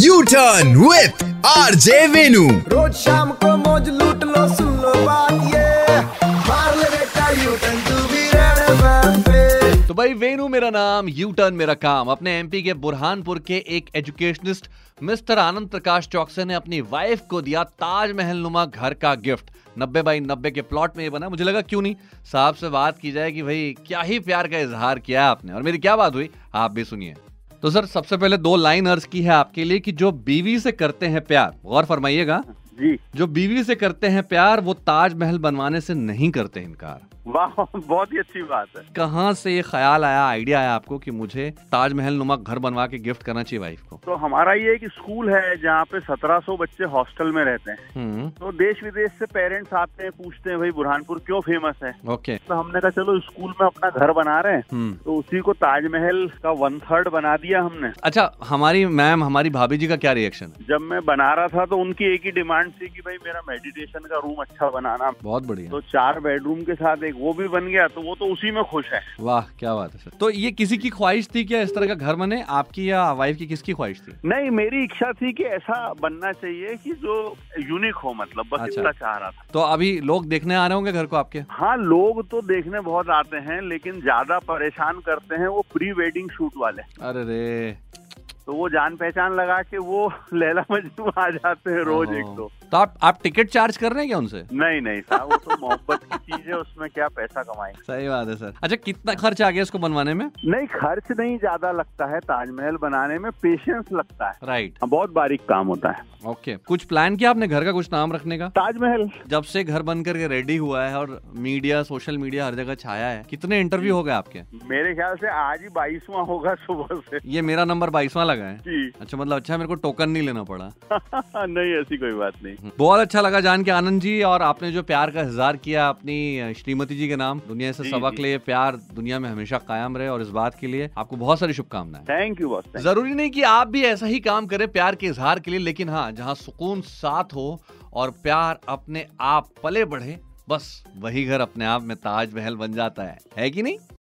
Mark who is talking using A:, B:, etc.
A: You turn with R J Venu
B: रोज शाम को मौज लूट लो सुन लो बात ये मार ले बेटा यू टर्न तू भी रेड बैंड पे
C: तो भाई वेनू मेरा नाम यू टर्न मेरा काम अपने एमपी के बुरहानपुर के एक एजुकेशनिस्ट मिस्टर आनंद प्रकाश चौकसे ने अपनी वाइफ को दिया ताजमहल नुमा घर का गिफ्ट नब्बे बाई नब्बे के प्लॉट में ये बना मुझे लगा क्यों नहीं साहब से बात की जाए कि भाई क्या ही प्यार का इजहार किया आपने और मेरी क्या बात हुई आप भी सुनिए तो सर सबसे पहले दो लाइन अर्ज की है आपके लिए कि जो बीवी से करते हैं प्यार गौर फरमाइएगा
D: जी
C: जो बीवी से करते हैं प्यार वो ताजमहल बनवाने से नहीं करते इनकार
D: वाह बहुत ही अच्छी बात है
C: कहाँ से ये ख्याल आया आइडिया आया आपको कि मुझे ताजमहल नुमा घर बनवा के गिफ्ट करना चाहिए वाइफ को
D: तो हमारा ये एक स्कूल है जहाँ पे 1700 बच्चे हॉस्टल में रहते हैं
C: हम्म
D: तो देश विदेश से पेरेंट्स आते हैं पूछते हैं भाई बुरहानपुर क्यों फेमस है
C: ओके
D: तो हमने कहा चलो स्कूल में अपना घर बना रहे हैं
C: हम्म
D: तो उसी को ताजमहल का वन थर्ड बना दिया हमने
C: अच्छा हमारी मैम हमारी भाभी जी का क्या रिएक्शन है
D: जब मैं बना रहा था तो उनकी एक ही डिमांड थी कि भाई मेरा मेडिटेशन का रूम अच्छा बनाना
C: बहुत बढ़िया
D: तो चार बेडरूम के साथ एक वो भी बन गया तो वो तो उसी में खुश है
C: वाह क्या बात है सर तो ये किसी की ख्वाहिश थी क्या इस तरह का घर बने आपकी या वाइफ की किसकी ख्वाहिश थी
D: नहीं मेरी इच्छा थी कि ऐसा बनना चाहिए कि जो यूनिक हो मतलब बस
C: अच्छा।
D: इतना चाह रहा था
C: तो अभी लोग देखने आ रहे होंगे घर को आपके
D: हाँ लोग तो देखने बहुत आते हैं लेकिन ज्यादा परेशान करते हैं वो प्री वेडिंग शूट वाले
C: अरे रे
D: तो वो जान पहचान लगा के वो लैला मजनू आ जाते हैं रोज एक दो
C: तो आप आप टिकट चार्ज कर रहे हैं क्या उनसे
D: नहीं नहीं साहब वो तो मोहब्बत की चीज है उसमें क्या पैसा कमाएंगे
C: सही बात है सर अच्छा कितना खर्च आ गया इसको बनवाने में
D: नहीं खर्च नहीं ज्यादा लगता है ताजमहल बनाने में पेशेंस लगता है हाँ,
C: राइट
D: बहुत बारीक काम होता है
C: ओके कुछ प्लान किया आपने घर का कुछ नाम रखने का
D: ताजमहल
C: जब से घर बन करके रेडी हुआ है और मीडिया सोशल मीडिया हर जगह छाया है कितने इंटरव्यू हो गए आपके
D: मेरे ख्याल से आज ही बाईसवा होगा सुबह से
C: ये मेरा नंबर बाईसवां लगा है
D: जी
C: अच्छा मतलब अच्छा है, मेरे को टोकन नहीं लेना पड़ा
D: नहीं ऐसी कोई बात नहीं
C: बहुत अच्छा लगा जान के आनंद जी और आपने जो प्यार का इजहार किया अपनी अ, श्रीमती जी के नाम दुनिया से
D: जी,
C: सबक
D: जी।
C: ले प्यार दुनिया में हमेशा कायम रहे और इस बात के लिए आपको बहुत सारी शुभकामनाएं
D: thank you boss thank you.
C: जरूरी नहीं कि आप भी ऐसा ही काम करें प्यार के इजहार के लिए लेकिन हाँ जहाँ सुकून साथ हो और प्यार अपने आप पले बढ़े बस वही घर अपने आप में ताजमहल बन जाता है है कि नहीं